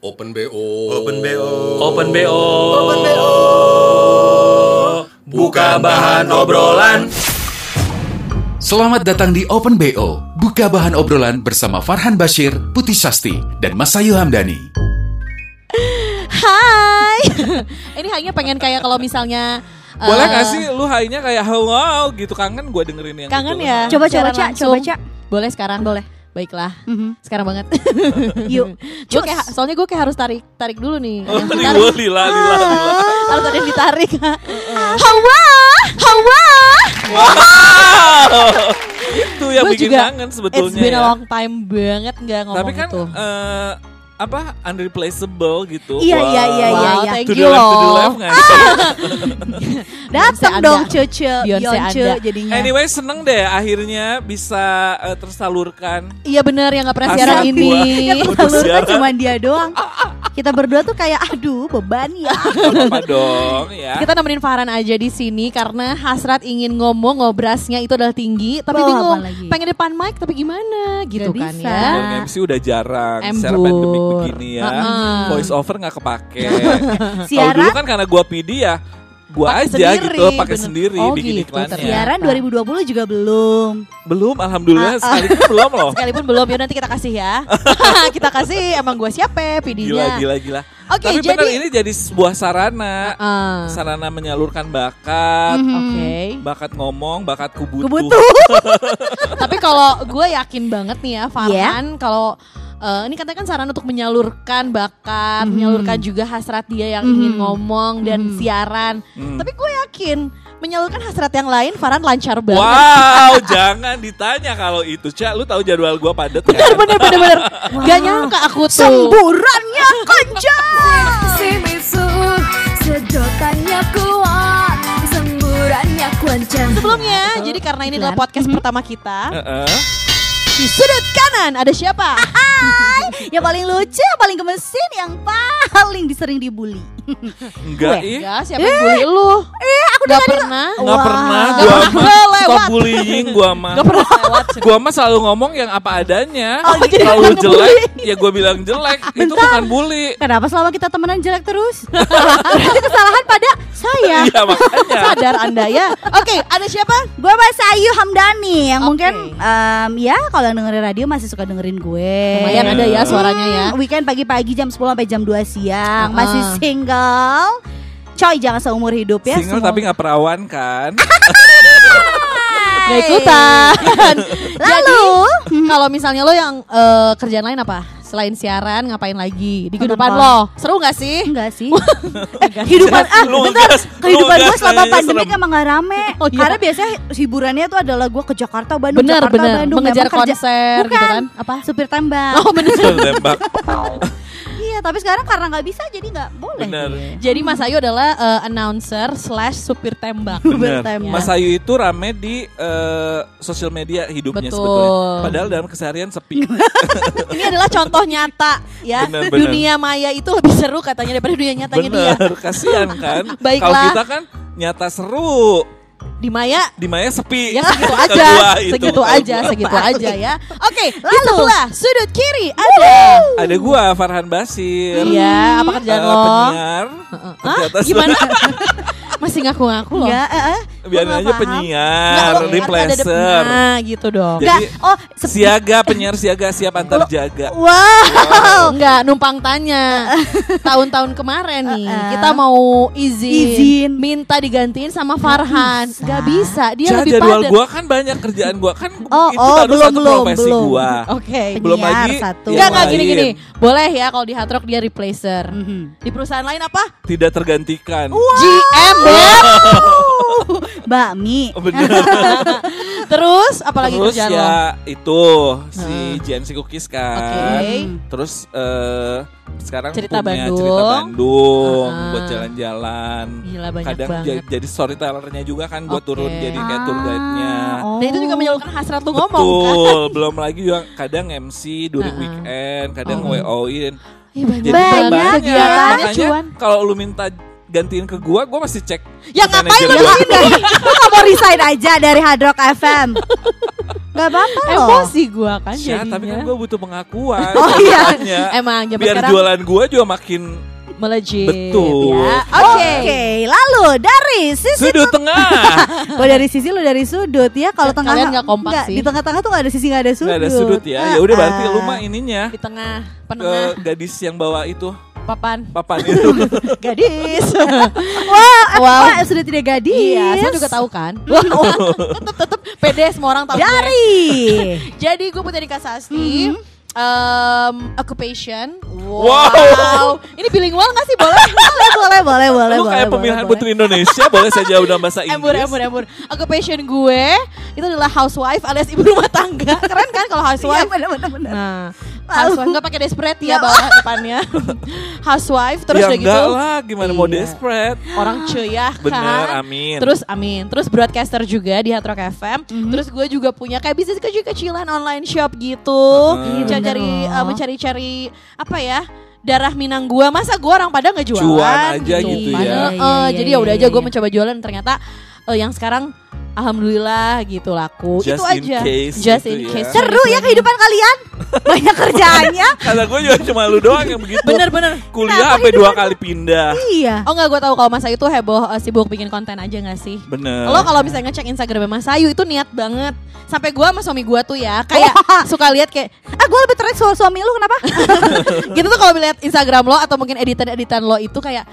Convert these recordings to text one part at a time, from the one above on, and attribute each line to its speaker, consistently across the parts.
Speaker 1: Open BO.
Speaker 2: Open BO.
Speaker 3: Open BO.
Speaker 2: Open BO. Buka bahan obrolan.
Speaker 4: Selamat datang di Open BO, buka bahan obrolan bersama Farhan Bashir, Putih Sasti, dan Mas Ayu Hamdani.
Speaker 5: Hai. Ini hanya pengen kayak kalau misalnya eh,
Speaker 3: Boleh gak sih lu hainya kayak hello gitu kangen gue dengerin yang
Speaker 5: Kangen
Speaker 3: itu.
Speaker 5: ya.
Speaker 6: Coba, coba,
Speaker 5: Siaran
Speaker 6: Ca,
Speaker 5: langsung.
Speaker 6: coba, Ca.
Speaker 5: Boleh sekarang.
Speaker 6: Boleh.
Speaker 5: Baiklah.
Speaker 6: Mhm.
Speaker 5: Sekarang banget.
Speaker 6: Yuk.
Speaker 5: Gue kayak soalnya gue kayak harus tarik tarik dulu nih.
Speaker 3: Oh,
Speaker 5: Harus
Speaker 3: lila,
Speaker 5: ditarik.
Speaker 3: lila, lila, lila.
Speaker 5: Harus ada yang ditarik. Hawa, hawa.
Speaker 3: Wow. itu yang
Speaker 5: Gua
Speaker 3: bikin
Speaker 5: juga,
Speaker 3: kangen
Speaker 5: It's
Speaker 3: sebetulnya.
Speaker 5: been
Speaker 3: ya.
Speaker 5: a long time banget nggak ngomong gitu.
Speaker 3: Tapi kan
Speaker 5: itu.
Speaker 3: eh, apa unreplaceable gitu.
Speaker 6: Iya, iya, iya,
Speaker 5: Wow,
Speaker 6: iya, iya.
Speaker 5: thank
Speaker 3: To the
Speaker 5: you
Speaker 3: left, to the
Speaker 5: loh.
Speaker 3: left nggak sih?
Speaker 5: Ah!
Speaker 6: Datang
Speaker 5: Beyonce
Speaker 6: dong
Speaker 5: ada.
Speaker 6: Cece,
Speaker 5: Beyonce
Speaker 6: Beyonce
Speaker 5: ada.
Speaker 6: jadinya.
Speaker 3: Anyway seneng deh akhirnya bisa eh, tersalurkan.
Speaker 5: Iya benar yang nggak pernah
Speaker 3: Asal
Speaker 5: siaran
Speaker 3: gua.
Speaker 5: ini.
Speaker 6: Yang
Speaker 3: Untuk
Speaker 6: tersalurkan
Speaker 3: siaran.
Speaker 6: cuma dia doang. Kita berdua tuh kayak aduh beban ya.
Speaker 3: Apa dong ya.
Speaker 5: Kita nemenin Farhan aja di sini karena hasrat ingin ngomong ngobrasnya itu adalah tinggi, tapi
Speaker 6: Bawah
Speaker 5: bingung
Speaker 6: lagi.
Speaker 5: pengen depan mic tapi gimana gitu
Speaker 6: Nggak
Speaker 5: kan
Speaker 6: bisa.
Speaker 5: ya.
Speaker 3: Dan MC udah jarang secara
Speaker 5: Embur.
Speaker 3: pandemik begini ya.
Speaker 5: Heeh.
Speaker 3: Voice over nggak kepake. Kalau dulu
Speaker 6: Siaran
Speaker 3: kan karena gua PD ya, gua
Speaker 5: Pakai
Speaker 3: aja
Speaker 5: sendiri,
Speaker 3: gitu pakai
Speaker 5: bener.
Speaker 3: sendiri
Speaker 5: Oh,
Speaker 3: bikin
Speaker 5: gitu,
Speaker 3: iklannya.
Speaker 5: ternyata.
Speaker 6: siaran 2020 juga belum.
Speaker 3: Belum alhamdulillah
Speaker 5: Ah,
Speaker 3: sekalipun belum loh.
Speaker 5: Sekalipun belum ya nanti kita kasih ya. kita kasih emang gue
Speaker 3: Gila
Speaker 5: siapa PD-nya.
Speaker 3: gila gila.
Speaker 5: Oke,
Speaker 3: Tapi benar
Speaker 5: jadi
Speaker 3: ini jadi sebuah sarana.
Speaker 5: Ah, Mhm.
Speaker 3: Sarana menyalurkan bakat,
Speaker 5: Oke.
Speaker 3: bakat ngomong, bakat kubutuh.
Speaker 6: Kebutuh.
Speaker 5: Tapi kalau gue yakin banget nih ya Farhan kalau eh, ini katanya kan saran untuk menyalurkan bakat, menyalurkan juga hasrat dia yang ingin ngomong dan siaran.
Speaker 3: Hmm.
Speaker 5: Tapi gue yakin menyalurkan hasrat yang lain Farhan lancar banget.
Speaker 3: Wow, jangan ditanya kalau itu. Cak, lu tahu jadwal gua padet kan?
Speaker 5: Bener bener bener bener. Gak nyangka aku tuh.
Speaker 6: Semburannya kencang.
Speaker 7: Shimizu Sedotannya kuat Semburannya kencang
Speaker 5: Sebelumnya, jadi karena ini adalah
Speaker 6: Iklan.
Speaker 5: podcast pertama kita,
Speaker 3: Heeh.
Speaker 5: di sudut kanan ada siapa?
Speaker 6: Yang paling lucu, yang paling gemesin, yang paling disering dibully.
Speaker 3: Enggak Iya. ih.
Speaker 5: Ya, siapa yang bully lu? Eh, aku Gak pernah.
Speaker 3: Enggak
Speaker 6: Wah.
Speaker 3: pernah
Speaker 5: Nggak
Speaker 3: gua
Speaker 5: pernah
Speaker 3: mah
Speaker 5: lewat.
Speaker 3: stop bullying gua mah.
Speaker 5: Gak pernah lewat.
Speaker 3: Gua mah selalu ngomong yang apa adanya.
Speaker 5: Oh, jadi
Speaker 3: Kalau
Speaker 5: bukan
Speaker 3: jelek, ya gua bilang jelek. itu bukan bully.
Speaker 6: Kenapa selama kita temenan jelek terus? Berarti kesalahan pada saya.
Speaker 3: Iya makanya.
Speaker 5: Sadar anda ya. Oke, ada siapa?
Speaker 6: Gue Mas Ayu Hamdani yang
Speaker 5: Oke.
Speaker 6: mungkin em, ya kalau dengerin radio masih suka dengerin gue.
Speaker 5: Lumayan ada ya suaranya ya.
Speaker 6: Hmm, Weekend pagi-pagi jam 10 sampai jam 2 siang
Speaker 5: Uh-uh.
Speaker 6: masih single. Coy jangan seumur hidup ya.
Speaker 3: Single tapi nggak perawan kan?
Speaker 5: Gak ikutan.
Speaker 6: Lalu
Speaker 5: Hmm, Kalau misalnya lo yang eh, kerjaan lain apa? Selain siaran ngapain lagi di
Speaker 6: Nonton
Speaker 5: kehidupan
Speaker 6: bal.
Speaker 5: lo? Seru gak sih?
Speaker 6: enggak sih. Eh, kehidupan ah
Speaker 3: Lu
Speaker 6: bentar
Speaker 3: ngegas, lu
Speaker 6: kehidupan gue
Speaker 3: ngegas,
Speaker 6: selama
Speaker 3: kayaknya
Speaker 6: pandemi
Speaker 3: serem.
Speaker 6: emang gak rame.
Speaker 5: Oh, iya.
Speaker 6: Karena biasanya hiburannya tuh adalah gue ke Jakarta Bandung
Speaker 5: Bener
Speaker 6: Jakarta
Speaker 5: bener
Speaker 6: Bandung
Speaker 5: mengejar
Speaker 6: Emang kerja-
Speaker 5: konser gitu
Speaker 6: Bukan. Nah.
Speaker 5: kan? Apa?
Speaker 6: Supir tembak.
Speaker 5: Oh bener.
Speaker 3: Tembak.
Speaker 6: Iya, tapi sekarang karena nggak bisa jadi nggak boleh. Iya.
Speaker 3: Bener.
Speaker 6: gue.
Speaker 5: Jadi Mas Ayu adalah eh, announcer slash supir tembak.
Speaker 3: Bener.
Speaker 6: Bertembak.
Speaker 3: Mas Ayu itu rame di eh, sosial media hidupnya
Speaker 5: Betul.
Speaker 3: sebetulnya. Padahal dalam keseharian sepi.
Speaker 5: Ini adalah contoh nyata ya.
Speaker 3: Bener, bener.
Speaker 5: Dunia maya itu lebih seru katanya daripada dunia nyatanya dia.
Speaker 3: Bener, kasihan kan. Kalau
Speaker 5: Baiklah.
Speaker 3: kita kan nyata seru,
Speaker 5: Di maya
Speaker 3: di Maya sepi.
Speaker 5: ya segitu
Speaker 3: Ke
Speaker 5: aja,
Speaker 3: gua itu.
Speaker 5: segitu aja, segitu aja ya. Oke, di sebelah sudut kiri ada.
Speaker 3: Ada gua Farhan Basir.
Speaker 5: Iya, apa kerjaan
Speaker 3: Eh,
Speaker 5: lo?
Speaker 3: penyiar.
Speaker 5: Heeh.
Speaker 3: Ternyata
Speaker 5: Hah?
Speaker 3: sudah-
Speaker 5: Gimana? Masih ngaku-ngaku loh.
Speaker 6: Enggak, eh, eh.
Speaker 3: Biarin
Speaker 6: Gua nggak
Speaker 3: aja
Speaker 6: paham.
Speaker 3: penyiar,
Speaker 5: lo harus ada
Speaker 3: replacer.
Speaker 5: depan. Nah, gitu dong.
Speaker 3: Jadi-
Speaker 6: Enggak, oh, se-
Speaker 3: Siaga penyiar siaga siap antar jaga.
Speaker 6: Wah,
Speaker 5: Enggak, numpang tanya. Tahun-tahun kemarin nih,
Speaker 6: Uh-uh.
Speaker 5: kita mau izin,
Speaker 6: Izin.
Speaker 5: minta digantiin sama Farhan.
Speaker 6: bisa.
Speaker 5: Gak bisa, dia
Speaker 3: Cah,
Speaker 5: lebih
Speaker 3: jadwal
Speaker 5: padat.
Speaker 3: gua kan banyak kerjaan gua kan
Speaker 6: Oh,
Speaker 3: itu
Speaker 6: oh,
Speaker 3: baru
Speaker 6: belum,
Speaker 3: satu
Speaker 6: belum,
Speaker 3: profesi
Speaker 6: belum.
Speaker 3: gua.
Speaker 5: Oke.
Speaker 3: Belum
Speaker 6: Penyiar
Speaker 3: lagi
Speaker 6: satu.
Speaker 3: yang
Speaker 5: Enggak, enggak
Speaker 3: lain.
Speaker 5: gini-gini. Boleh ya kalau di Hard Rock dia replacer.
Speaker 6: Mhm.
Speaker 5: Di perusahaan lain apa?
Speaker 3: Tidak tergantikan.
Speaker 6: Uh.
Speaker 5: GM ya.
Speaker 6: Mbak Mi.
Speaker 3: Oh, Bener.
Speaker 5: Terus apalagi
Speaker 3: Terus
Speaker 5: kerjaan
Speaker 3: ya
Speaker 5: lo?
Speaker 3: itu si JNC Cookies kan.
Speaker 5: Oke.
Speaker 3: Terus eh, sekarang
Speaker 5: Cerita
Speaker 3: punya
Speaker 5: Bandung.
Speaker 3: cerita Bandung
Speaker 5: Ah.
Speaker 3: buat jalan-jalan.
Speaker 5: Gila banyak
Speaker 3: kadang
Speaker 5: banget.
Speaker 3: ja- jadi storytellernya juga kan gue
Speaker 5: Oke.
Speaker 3: turun jadi kayak tour guide-nya
Speaker 6: Ah, oh.
Speaker 5: Dan itu juga menyalurkan hasrat lu ngomong kan?
Speaker 3: Betul, belum lagi juga kadang MC during
Speaker 5: Heeh.
Speaker 3: weekend, kadang
Speaker 5: Oh.
Speaker 3: WO-in.
Speaker 5: Ih, banyak,
Speaker 3: Jadi
Speaker 6: Banyak
Speaker 5: banget
Speaker 3: banyak.
Speaker 5: kegiatannya,
Speaker 3: Makanya
Speaker 5: cuan.
Speaker 3: kalau lu minta gantiin ke gua, gua masih cek.
Speaker 5: Ya
Speaker 3: ke
Speaker 6: Eh,
Speaker 5: ngapain
Speaker 3: manajer
Speaker 5: lu
Speaker 3: gua.
Speaker 5: di sini?
Speaker 6: Lu nggak mau resign aja dari Hard Rock FM. Gak apa-apa loh.
Speaker 5: Emosi gue kan
Speaker 3: Ya,
Speaker 5: jadinya.
Speaker 3: tapi kan gue butuh pengakuan.
Speaker 5: Oh iya.
Speaker 3: makanya.
Speaker 5: Emang zaman
Speaker 3: Biar
Speaker 5: sekarang
Speaker 3: jualan gue juga makin
Speaker 5: melejit.
Speaker 3: Betul.
Speaker 5: Ya. Oke.
Speaker 6: Oke. lalu dari sisi
Speaker 3: sudut tengah.
Speaker 6: Gue dari sisi lu dari sudut ya. Kalau tengah
Speaker 5: Kalian nggak kompak
Speaker 6: nggak,
Speaker 5: sih.
Speaker 6: Di tengah-tengah tuh gak ada sisi gak ada sudut. Ah.
Speaker 3: Nggak ada sudut ya. Ya udah berarti lu
Speaker 5: Ah.
Speaker 3: mah ininya
Speaker 5: Di tengah,
Speaker 3: ke
Speaker 5: penengah,
Speaker 3: gadis yang bawa itu
Speaker 5: papan.
Speaker 3: papan itu.
Speaker 6: Gadis. Wah,
Speaker 5: Wow.
Speaker 6: Pak sudah tidak gadis.
Speaker 5: Iya, saya juga tahu kan.
Speaker 3: Oh.
Speaker 5: tetep tetep pede semua orang tahu. gue.
Speaker 6: Dari.
Speaker 5: Jadi gue Putri Dika Sasti. em, occupation.
Speaker 3: Wow.
Speaker 5: Ini bilingual gak sih boleh?
Speaker 6: boleh, boleh, boleh, boleh.
Speaker 3: Lu kayak
Speaker 6: boleh,
Speaker 3: pemilihan
Speaker 6: boleh.
Speaker 3: putri Indonesia boleh saja udah bahasa Inggris.
Speaker 5: embur, embur, embur. Occupation gue itu adalah housewife alias ibu rumah tangga. Keren kan kalau
Speaker 6: Iya,
Speaker 5: housewife?
Speaker 6: benar, benar, benar.
Speaker 5: Nah, housewife nggak pakai desperate ya bawah depannya. housewife terus
Speaker 3: ya
Speaker 5: udah gitu.
Speaker 3: enggak lah gimana mau
Speaker 5: Iya.
Speaker 3: desperate.
Speaker 5: Orang cuyah kan.
Speaker 3: Bener, amin.
Speaker 5: Terus amin. Terus broadcaster juga di Hard Rock FM.
Speaker 6: Mhm.
Speaker 5: Terus gue juga punya kayak bisnis kecil-kecilan online shop gitu.
Speaker 3: Heeh.
Speaker 5: Cari-
Speaker 6: Iya, Bener
Speaker 5: Cari
Speaker 6: loh.
Speaker 5: eh, mencari-cari apa ya? darah Minang gua masa gua orang Padang nggak jualan
Speaker 3: Jualan aja gitu
Speaker 5: Mana,
Speaker 3: ya.
Speaker 5: eh,
Speaker 6: Iya, iya,
Speaker 5: jadi
Speaker 6: iya,
Speaker 5: ya udah
Speaker 6: iya,
Speaker 5: aja gue
Speaker 6: iya.
Speaker 5: mencoba jualan ternyata eh, yang sekarang alhamdulillah gitu laku
Speaker 3: Just
Speaker 5: itu
Speaker 3: in
Speaker 5: aja
Speaker 3: case
Speaker 5: just
Speaker 3: gitu
Speaker 5: in
Speaker 3: ya.
Speaker 5: case
Speaker 6: Seru ya kehidupan kalian. Banyak kerjaannya.
Speaker 3: Kata gue juga cuma lu doang yang begitu.
Speaker 5: bener-bener Nah,
Speaker 3: Kuliah sampai dua kali pindah.
Speaker 6: Iya.
Speaker 5: Oh nggak gue tahu kalau Mas Ayu tuh heboh eh, sibuk bikin konten aja nggak sih?
Speaker 3: Bener.
Speaker 5: Lo kalau misalnya ngecek Instagramnya Mas Ayu itu niat banget. Sampai gue sama suami gue tuh ya kayak suka lihat kayak
Speaker 6: Ah, gue lebih tertarik soal suami lu kenapa?
Speaker 5: gitu tuh kalau lihat Instagram lo atau mungkin editan-editan lo itu kayak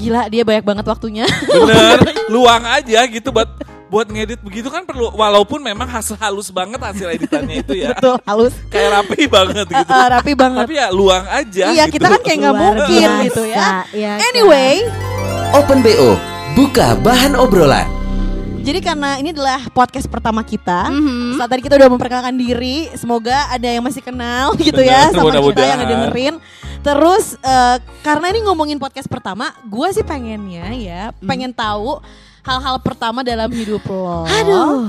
Speaker 5: gila dia banyak banget waktunya.
Speaker 3: Bener. Luang aja gitu buat buat ngedit begitu kan perlu walaupun memang hasil halus banget hasil editannya itu ya.
Speaker 5: Betul halus.
Speaker 3: Kayak rapi banget gitu.
Speaker 5: Eh, eh, rapi banget.
Speaker 3: Tapi ya luang aja
Speaker 5: Iya,
Speaker 3: gitu.
Speaker 5: kita kan kayak nggak
Speaker 6: Luar
Speaker 5: mungkin
Speaker 6: biasa,
Speaker 5: gitu ya.
Speaker 6: iya kan.
Speaker 5: Anyway,
Speaker 2: Open BO, buka bahan obrolan.
Speaker 5: Jadi karena ini adalah podcast pertama kita,
Speaker 6: Mm-hmm.
Speaker 5: saat tadi kita udah memperkenalkan diri, semoga ada yang masih kenal gitu
Speaker 3: Benar,
Speaker 5: ya sama kita
Speaker 3: mudah-mudahan.
Speaker 5: yang dengerin. Terus eh, karena ini ngomongin podcast pertama, gue sih pengennya ya,
Speaker 6: Mm-hmm.
Speaker 5: pengen tahu hal-hal pertama dalam hidup lo.
Speaker 6: Aduh,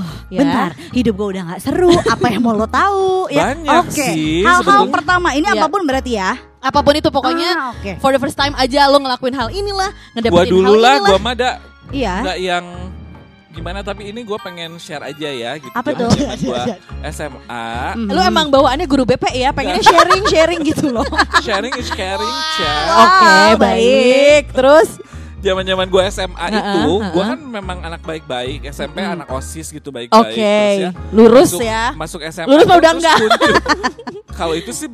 Speaker 5: Oh, Ya.
Speaker 6: bentar. Hidup gue udah nggak seru. Apa yang mau lo tahu? Ya,
Speaker 3: Banyak
Speaker 6: Oke.
Speaker 3: sih
Speaker 6: Hal-hal
Speaker 3: sebetulnya.
Speaker 6: pertama ini
Speaker 5: Ya.
Speaker 6: apapun berarti ya.
Speaker 5: Apapun itu pokoknya
Speaker 6: Ah, oke.
Speaker 5: for the first time aja lo ngelakuin hal inilah,
Speaker 3: Gua
Speaker 5: ngedapetin
Speaker 3: dulu
Speaker 5: hal
Speaker 3: lah,
Speaker 5: inilah. Eh,
Speaker 3: gua mah ada
Speaker 6: Iya.
Speaker 3: nggak yang gimana tapi ini gue pengen share aja ya gitu.
Speaker 6: Apa tuh?
Speaker 3: Zaman gua SMA
Speaker 5: Lo
Speaker 6: Mm-hmm.
Speaker 5: emang bawaannya guru BP ya, pengennya sharing-sharing gitu loh.
Speaker 3: sharing is caring chat.
Speaker 5: Oke,
Speaker 6: Wow,
Speaker 5: baik. Terus
Speaker 3: Zaman-zaman gue SMA
Speaker 5: Heeh,
Speaker 3: itu, gue
Speaker 5: heeh. Mm.
Speaker 3: kan memang anak baik-baik, SMP anak OSIS gitu baik-baik
Speaker 5: oke,
Speaker 3: terus ya.
Speaker 5: lurus
Speaker 3: masuk,
Speaker 5: ya.
Speaker 3: Masuk SMA.
Speaker 5: Lulus mah udah
Speaker 3: terus
Speaker 5: enggak.
Speaker 3: kuncup. Kalau itu sih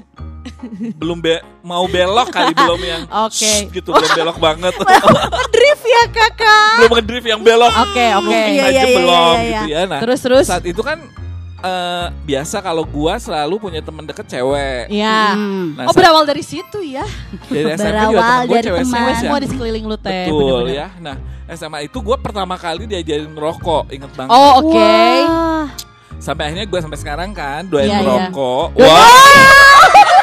Speaker 3: belum be- mau belok kali belum yang
Speaker 5: Oke.
Speaker 3: shh gitu belum belok banget.
Speaker 6: Drift ya kakak.
Speaker 3: belum ngedrift yang belok.
Speaker 5: Oke,
Speaker 3: Belum
Speaker 5: oke.
Speaker 3: aja
Speaker 6: Iya, iya, iya,
Speaker 3: belum
Speaker 6: iya,
Speaker 3: gitu ya. Nah,
Speaker 5: Terus terus.
Speaker 3: saat itu kan eh, biasa kalau gua selalu punya temen deket cewek.
Speaker 5: Iya.
Speaker 6: Hmm.
Speaker 3: Nah,
Speaker 5: Oh
Speaker 3: saat-
Speaker 5: berawal dari situ ya.
Speaker 3: dari SMP juga
Speaker 6: berawal
Speaker 3: temen gue
Speaker 6: dari
Speaker 3: cewek
Speaker 6: teman.
Speaker 3: semua
Speaker 5: Teman
Speaker 3: sih.
Speaker 5: semua di Iya, sekeliling lu teh.
Speaker 3: Betul
Speaker 5: bener-bener.
Speaker 3: ya. Nah, SMA itu gua pertama kali diajarin merokok, inget banget.
Speaker 5: Oh oke.
Speaker 6: Wah.
Speaker 3: Sampai akhirnya gua sampai sekarang kan doain
Speaker 5: Iya, iya.
Speaker 3: merokok.
Speaker 5: Doain-
Speaker 3: Wah,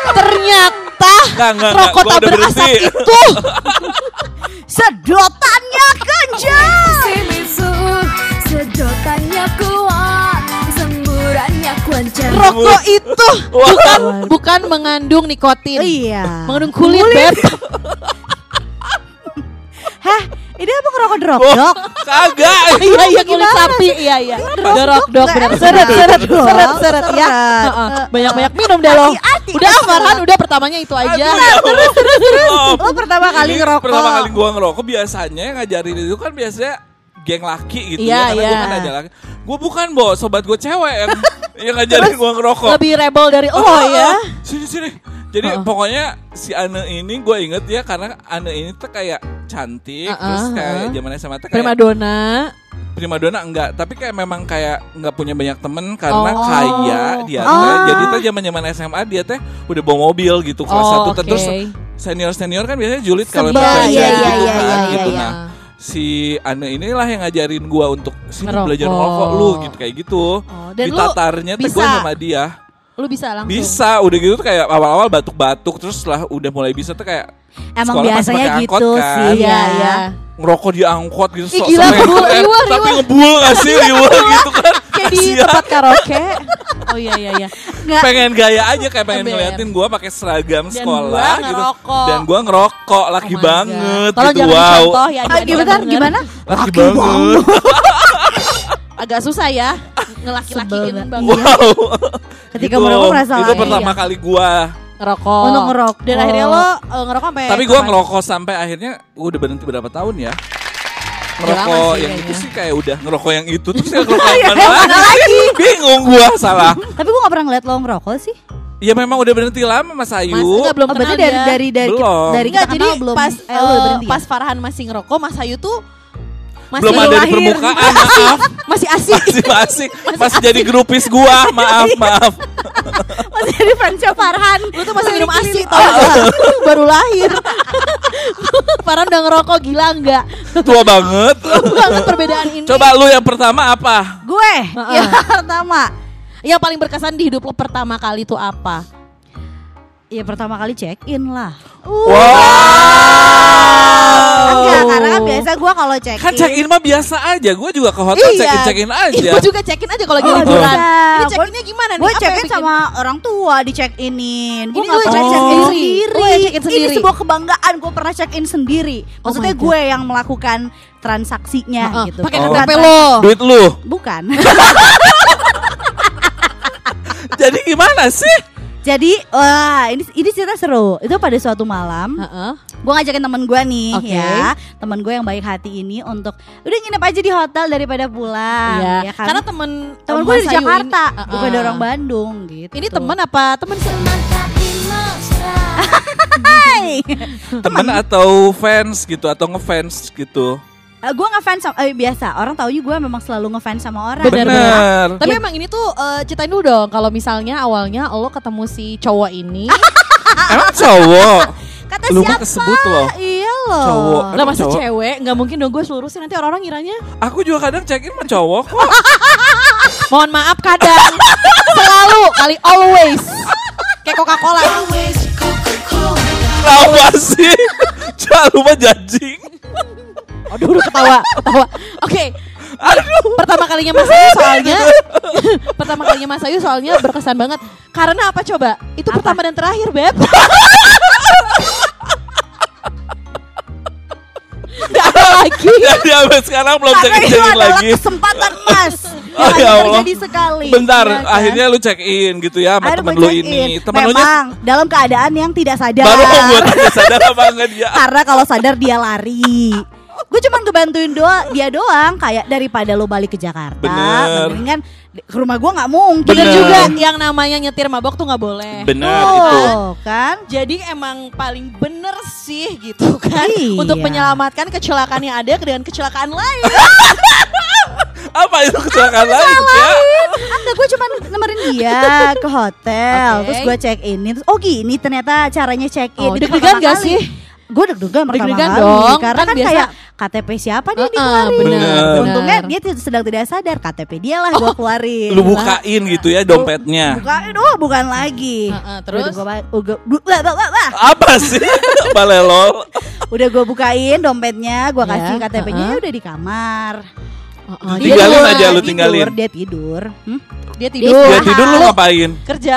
Speaker 5: Ternyata
Speaker 3: enggak enggak enggak
Speaker 5: rokok
Speaker 3: gua
Speaker 5: tak
Speaker 3: udah
Speaker 5: berasap
Speaker 3: berhenti.
Speaker 5: itu.
Speaker 6: Sedotannya kencang.
Speaker 7: Shimizu Sedotannya kuat Semburannya kuancang
Speaker 5: Rokok itu
Speaker 3: Wah.
Speaker 5: bukan bukan mengandung nikotin.
Speaker 6: Iya.
Speaker 5: Mengandung kulit, Beb.
Speaker 6: Hah? Ini apa ngerokok drop
Speaker 3: Wah,
Speaker 6: dok?
Speaker 3: Kagak. eh.
Speaker 5: Iya iya kulit sapi. Iya iya. Dorok dok benar. Seret seret
Speaker 6: dong.
Speaker 5: seret seret ya.
Speaker 6: Seret. Ah,
Speaker 5: Heeh. Banyak-banyak minum deh lo.
Speaker 6: Hati-hati.
Speaker 5: Udah Farhan udah pertamanya itu Oh, iya,
Speaker 3: ya
Speaker 5: aja.
Speaker 3: terus terus terus.
Speaker 6: Lo pertama kali
Speaker 5: Iya,
Speaker 6: ngerokok.
Speaker 3: Pertama kali gua ngerokok biasanya yang ngajarin itu kan biasanya geng laki gitu ya.
Speaker 5: Iya,
Speaker 3: Karena gua
Speaker 5: iya.
Speaker 3: kan aja laki. Gua bukan, Bo. Sobat gua cewek yang, yang ngajarin gua ngerokok. Ah,
Speaker 5: Lebih rebel dari
Speaker 3: Oh,
Speaker 5: lo ya.
Speaker 3: Sini sini. Jadi
Speaker 5: Heeh.
Speaker 3: pokoknya si Ane ini gue inget ya karena Ane ini tuh kayak cantik
Speaker 5: Heeh,
Speaker 3: terus kayak
Speaker 5: heeh.
Speaker 3: zaman SMA tuh kayak
Speaker 5: Primadona.
Speaker 3: primadona enggak, tapi kayak memang kayak enggak punya banyak temen karena
Speaker 5: Oh.
Speaker 3: kaya dia teh.
Speaker 6: Oh.
Speaker 3: Jadi tuh zaman-zaman SMA dia teh udah bawa mobil gitu kelas
Speaker 5: Oh,
Speaker 3: satu teh.
Speaker 5: oke.
Speaker 3: terus senior-senior kan biasanya julid kalau
Speaker 6: Sebel,
Speaker 3: emang
Speaker 6: iya,
Speaker 3: kayak
Speaker 6: iya,
Speaker 3: gitu
Speaker 6: iya,
Speaker 3: kan,
Speaker 6: iya,
Speaker 3: gitu.
Speaker 5: iya.
Speaker 3: Nah, si Ane inilah yang ngajarin gua untuk sini
Speaker 5: Ngerokok.
Speaker 3: belajar ngerokok lu gitu kayak gitu.
Speaker 5: Oh, dan lu
Speaker 3: Ditatarnya tuh gue
Speaker 5: bisa.
Speaker 3: sama dia.
Speaker 5: Lu bisa langsung.
Speaker 3: Bisa, udah gitu tuh kayak awal-awal batuk-batuk terus setelah udah mulai bisa tuh kayak
Speaker 6: Emang
Speaker 3: sekolah masih
Speaker 6: biasanya
Speaker 3: pakai
Speaker 6: gitu
Speaker 3: angkot, kan?
Speaker 6: sih ya.
Speaker 5: Iya, iya.
Speaker 3: ngerokok di angkot gitu
Speaker 5: Ih,
Speaker 3: sok
Speaker 5: gila,
Speaker 3: keren,
Speaker 5: ngebul,
Speaker 3: keren,
Speaker 5: riwah,
Speaker 3: tapi
Speaker 5: riwah.
Speaker 3: ngebul gak sih riwah gitu kan
Speaker 5: Kayak di
Speaker 3: Kasihan.
Speaker 5: tempat karaoke. Oh iya iya iya.
Speaker 3: pengen gaya aja kayak pengen
Speaker 5: Ember.
Speaker 3: ngeliatin gue pakai seragam sekolah
Speaker 5: gua
Speaker 3: gitu
Speaker 5: ngerokok.
Speaker 3: dan gue ngerokok laki
Speaker 5: Oh my God.
Speaker 3: banget
Speaker 5: Tolong
Speaker 3: gitu
Speaker 5: jangan
Speaker 3: wow
Speaker 5: dicontoh ya.
Speaker 6: Ah,
Speaker 5: adik-adik
Speaker 6: gimana?
Speaker 5: yang denger.
Speaker 6: Gimana?
Speaker 3: laki banget
Speaker 5: agak susah ya ngelaki-lakiin
Speaker 6: Sebel,
Speaker 5: bang
Speaker 3: Wow.
Speaker 6: Ketika merokok merasa
Speaker 3: Itu
Speaker 6: lain.
Speaker 3: pertama kali gua.
Speaker 5: ngerokok.
Speaker 6: Untuk ngerokok.
Speaker 5: Dan akhirnya lo eh, ngerokok sampai
Speaker 3: Oh, Tapi gua
Speaker 5: kapan?
Speaker 3: ngerokok sampai akhirnya gua udah berhenti berapa tahun ya.
Speaker 5: lama
Speaker 3: Ngerokok
Speaker 5: sih
Speaker 3: yang itu
Speaker 5: kayaknya.
Speaker 3: sih kayak udah ngerokok yang itu terus ya ngerokok yang mana lagi. Bingung gua salah.
Speaker 6: Tapi gue gak pernah ngeliat lo ngerokok sih.
Speaker 3: Ya memang udah berhenti lama Mas Ayu.
Speaker 5: Mas, enggak, Ah, belum
Speaker 6: Oh,
Speaker 5: kenal
Speaker 6: berarti dari
Speaker 5: dia.
Speaker 6: dari dari
Speaker 3: Belum.
Speaker 6: dari
Speaker 5: Enggak,
Speaker 6: kita
Speaker 5: jadi
Speaker 6: kenal belum.
Speaker 5: pas
Speaker 6: eh, lo udah
Speaker 5: eh,
Speaker 3: ya?
Speaker 6: berhenti.
Speaker 5: pas Farhan masih ngerokok, Mas Ayu tuh masih
Speaker 3: belum ada di
Speaker 5: lahir.
Speaker 3: permukaan, maaf.
Speaker 5: masih asik.
Speaker 3: Masih masih masih jadi grupis gua, maaf, maaf.
Speaker 6: Masih dari friendsnya Farhan.
Speaker 5: Lu tuh masih minum asli tau gak?
Speaker 6: Oh,
Speaker 5: Lu baru lahir. Farhan udah ngerokok gila enggak?
Speaker 3: Tua banget.
Speaker 5: Banget perbedaan ini.
Speaker 3: Coba lu yang pertama apa?
Speaker 6: Gue
Speaker 5: Heeh.
Speaker 6: yang pertama.
Speaker 5: Yang Ya, paling berkesan di hidup lo pertama kali itu apa?
Speaker 6: Ya pertama kali check in lah.
Speaker 3: Wow.
Speaker 6: Enggak, karena kan biasa gue kalau check in.
Speaker 3: Kan check in mah biasa aja. Gua juga ke hotel
Speaker 6: Iya.
Speaker 3: check in check in aja.
Speaker 5: Gue Iya. juga check in aja kalau lagi
Speaker 6: Oh,
Speaker 5: liburan.
Speaker 6: bisa.
Speaker 5: Ini check
Speaker 6: Gua-
Speaker 5: innya gimana nih?
Speaker 6: Gue
Speaker 5: Apa
Speaker 6: check
Speaker 5: yang
Speaker 6: in
Speaker 5: bikin- Oh,
Speaker 6: sama orang tua di check inin. Gue
Speaker 5: Ini
Speaker 6: gak
Speaker 5: lu
Speaker 6: pernah
Speaker 3: yang
Speaker 6: check in
Speaker 3: check-in
Speaker 6: sendiri.
Speaker 5: sendiri. Lu Oh, yang check-in
Speaker 6: Ini
Speaker 5: sendiri.
Speaker 6: sebuah kebanggaan gue pernah check in sendiri.
Speaker 5: Oh my
Speaker 6: Maksudnya
Speaker 5: God.
Speaker 6: gue yang melakukan transaksinya
Speaker 5: Heeh,
Speaker 6: gitu.
Speaker 5: Pakai
Speaker 6: Bukan
Speaker 5: KTP
Speaker 6: trans-
Speaker 5: lo.
Speaker 3: Duit lu.
Speaker 6: Bukan.
Speaker 3: Jadi gimana sih?
Speaker 6: Jadi wah ini ini cerita seru. Itu pada suatu malam
Speaker 5: Heeh.
Speaker 6: gue ngajakin temen gue nih
Speaker 5: Oke.
Speaker 6: ya temen gue yang baik hati ini untuk udah nginep aja di hotel daripada pulang
Speaker 5: Iya.
Speaker 6: ya kan?
Speaker 5: Karena temen
Speaker 6: temen
Speaker 5: Mas
Speaker 6: gue di
Speaker 5: Ayu ini-
Speaker 6: Jakarta
Speaker 5: Heeh.
Speaker 6: bukan dari orang Bandung gitu
Speaker 5: Ini temen apa? Temen se-
Speaker 6: Hai
Speaker 3: Temen atau fans gitu atau ngefans gitu.
Speaker 6: gue ngefans sama eh, biasa orang taunya gue memang selalu ngefans sama orang
Speaker 5: Bener.
Speaker 3: Bener.
Speaker 5: Tapi emang ini tuh eh, ceritain dulu dong kalau misalnya awalnya lo ketemu si cowok ini.
Speaker 3: Emang cowok.
Speaker 6: kata
Speaker 3: Lu mah
Speaker 6: siapa
Speaker 3: kesebut loh.
Speaker 6: iya loh
Speaker 3: Cowok.
Speaker 5: lah masa
Speaker 3: cowok?
Speaker 5: cewek nggak mungkin dong gue seluruh sih nanti orang-orang ngiranya.
Speaker 3: Aku juga kadang check in sama cowok kok.
Speaker 5: Mohon maaf kadang selalu kali always kayak Coca-Cola.
Speaker 3: Kenapa sih? Jangan lupa jajing.
Speaker 5: Aduh, udah ketawa, ketawa. Oke.
Speaker 3: Aduh.
Speaker 5: Pertama kalinya Mas Ayu soalnya Pertama kalinya Mas Ayu soalnya berkesan banget Karena apa coba? Itu pertama dan terakhir Beb Gak ada lagi
Speaker 3: Jadi sampai sekarang belum check
Speaker 6: Iya.
Speaker 3: in
Speaker 6: karena
Speaker 3: check
Speaker 6: itu
Speaker 3: in
Speaker 6: adalah
Speaker 3: lagi.
Speaker 6: kesempatan mas
Speaker 3: Oh, ya
Speaker 6: yang hanya
Speaker 3: Allah.
Speaker 6: terjadi sekali
Speaker 3: Bentar,
Speaker 6: ya kan?
Speaker 3: akhirnya lu check in gitu ya sama
Speaker 6: Akhirnya
Speaker 3: temen
Speaker 6: gua
Speaker 3: lu
Speaker 6: check in.
Speaker 3: ini. Temen lu nya
Speaker 6: memang dalam keadaan yang tidak sadar
Speaker 3: baru mau gue tanya sadar apa enggak dia.
Speaker 6: Karena kalau sadar dia lari. Gue cuman ngebantuin doa dia doang kayak daripada lo balik ke Jakarta.
Speaker 3: Bener.
Speaker 6: Mendingan di- ke rumah gue nggak mungkin
Speaker 5: Bener
Speaker 3: Bener.
Speaker 5: juga yang namanya nyetir mabok tuh gak boleh
Speaker 3: Benar itu.
Speaker 6: Oh, kan?
Speaker 5: Jadi emang paling bener sih gitu kan
Speaker 6: Iya.
Speaker 5: Untuk menyelamatkan kecelakaan yang ada dengan kecelakaan lain
Speaker 3: Apa itu kecelakaan lain ya?
Speaker 6: Enggak gue cuman nemerin dia Iya, ke hotel,
Speaker 5: Oke.
Speaker 6: terus gue check in, terus oh gini ternyata caranya check in.
Speaker 5: Oh,
Speaker 6: Itu
Speaker 5: deg-degan
Speaker 6: pertama
Speaker 5: nggak
Speaker 6: kali.
Speaker 5: sih?
Speaker 6: Gue deg-degan pertama
Speaker 5: Deg-degan
Speaker 6: kali
Speaker 5: dong,
Speaker 6: karena
Speaker 5: kan
Speaker 6: kan,
Speaker 5: biasa-
Speaker 6: kayak KTP siapa nih
Speaker 5: Heeh,
Speaker 6: dikeluarin. Nah,
Speaker 5: benar, Oh,
Speaker 3: Bener.
Speaker 6: Untungnya
Speaker 5: benar.
Speaker 6: dia tidak- sedang tidak sadar KTP dia lah gue keluarin.
Speaker 3: Lu bukain gitu ya dompetnya.
Speaker 6: Bukain, oh bukan lagi.
Speaker 5: Heeh, Ah, terus?
Speaker 6: Udah gua, udah, udah, udah, udah,
Speaker 3: Apa sih? Balelol.
Speaker 6: udah gue bukain dompetnya, gue
Speaker 5: Ya,
Speaker 6: kasih KTP-nya
Speaker 5: heeh.
Speaker 6: ya udah di kamar.
Speaker 5: Heeh, dia
Speaker 3: Tinggalin
Speaker 5: tidur. Iya.
Speaker 3: aja
Speaker 6: Dia
Speaker 3: lu
Speaker 6: tidur,
Speaker 3: tinggalin.
Speaker 6: Dia tidur. Hmm?
Speaker 5: Dia tidur
Speaker 3: Dia tidur lu ngapain?
Speaker 5: Kerja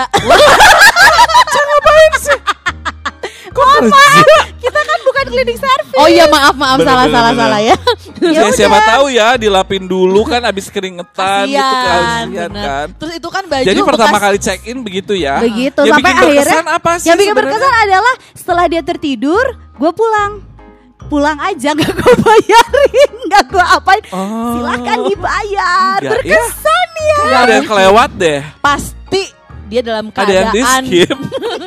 Speaker 3: Kerja.
Speaker 6: Kita kan bukan cleaning service.
Speaker 5: Oh iya maaf maaf
Speaker 3: Bener,
Speaker 5: salah
Speaker 3: bener,
Speaker 5: salah
Speaker 3: bener.
Speaker 5: salah ya
Speaker 3: Ya, siapa tahu ya dilapin dulu kan abis keringetan gitu kan,
Speaker 5: Kasian, bener.
Speaker 3: kan.
Speaker 5: Terus itu kan baju
Speaker 3: Jadi pertama
Speaker 5: bekas-
Speaker 3: kali check in begitu ya.
Speaker 6: Begitu
Speaker 3: Yang
Speaker 6: sampai
Speaker 3: bikin
Speaker 6: akhirnya
Speaker 3: berkesan apa sih?
Speaker 6: Yang bikin
Speaker 3: sebenarnya?
Speaker 6: berkesan adalah setelah dia tertidur, gue pulang. Pulang aja nggak gue bayarin, nggak gue apain.
Speaker 3: Oh.
Speaker 6: Silahkan
Speaker 3: Nggak,
Speaker 6: dibayar.
Speaker 3: ya.
Speaker 6: ya, Berkesan ya.
Speaker 3: Kayaknya ada yang kelewat deh.
Speaker 5: pasti dia dalam
Speaker 3: Ada yang di
Speaker 5: keadaan
Speaker 3: skip.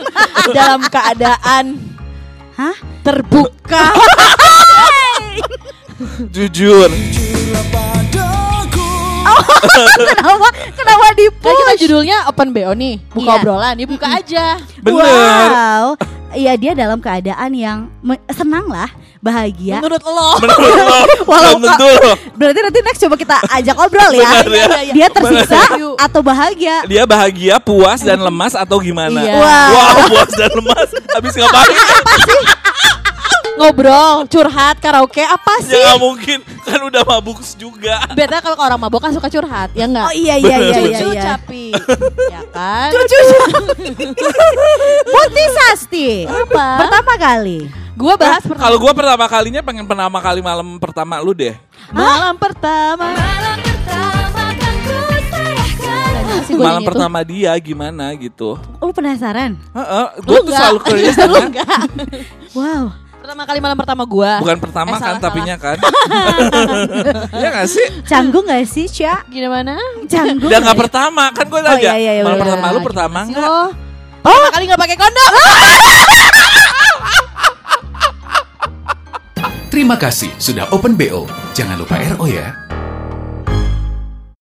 Speaker 5: dalam keadaan
Speaker 6: Hah?
Speaker 5: terbuka
Speaker 3: Jujur.
Speaker 6: Kenapa? Kenapa di
Speaker 5: kan kita judulnya open bo nih buka
Speaker 6: Iya.
Speaker 5: obrolan ya buka aja
Speaker 3: Bener.
Speaker 6: Wow. Iya dia dalam keadaan yang me- senang lah, bahagia.
Speaker 5: menurut lo
Speaker 3: Menurut lo.
Speaker 6: Walau
Speaker 3: Belum tentu lo.
Speaker 6: Berarti nanti next coba kita ajak obrol ya.
Speaker 3: Benar ya.
Speaker 6: Dia tersiksa
Speaker 5: Benar.
Speaker 6: atau bahagia.
Speaker 3: Dia bahagia, puas dan lemas atau gimana?
Speaker 5: Iya.
Speaker 6: Wah.
Speaker 3: Wow, puas dan lemas. Habis ngapain?
Speaker 5: ngobrol curhat karaoke
Speaker 3: ya
Speaker 5: apa sih
Speaker 3: nggak mungkin. Kan udah mabuk juga.
Speaker 5: beda kalau orang mabok kan suka curhat ya
Speaker 6: Oh
Speaker 5: enggak
Speaker 6: iya iya iya
Speaker 5: Cucu
Speaker 6: iya. iya.
Speaker 5: capi ya kan
Speaker 6: Cucu Putri Sasti.
Speaker 5: Apa?
Speaker 6: Pertama kali.
Speaker 5: gue bahas pertama
Speaker 3: Kalau gua pertama kalinya pengen pertama kali malam pertama lu deh.
Speaker 5: malam pertama
Speaker 7: Malam pertama
Speaker 5: nasi goreng
Speaker 3: malam
Speaker 5: itu?
Speaker 3: pertama dia gimana gitu.
Speaker 6: Oh, Lu penasaran?
Speaker 3: Heeh, gue
Speaker 5: Lu
Speaker 3: tuh
Speaker 5: enggak.
Speaker 3: selalu curious
Speaker 5: Lu
Speaker 3: dengan
Speaker 5: enggak.
Speaker 6: Wow.
Speaker 5: Pertama kali malam pertama gua.
Speaker 3: bukan pertama
Speaker 5: Eh,
Speaker 3: kan
Speaker 5: salah,
Speaker 3: tapinya kan. Iya gak sih?
Speaker 6: Canggung gak sih, Cia?
Speaker 5: Gini mana?
Speaker 6: Canggung.
Speaker 3: Udah
Speaker 5: ya?
Speaker 3: gak pertama kan gue
Speaker 6: Oh,
Speaker 3: tanya.
Speaker 6: iya, iya, iya,
Speaker 3: malam
Speaker 6: bener.
Speaker 3: pertama lu pertama
Speaker 5: Sih
Speaker 3: enggak?
Speaker 5: lo. Pertama kali gak pakai kondom.
Speaker 4: Terima kasih sudah open BO. Jangan lupa RO ya.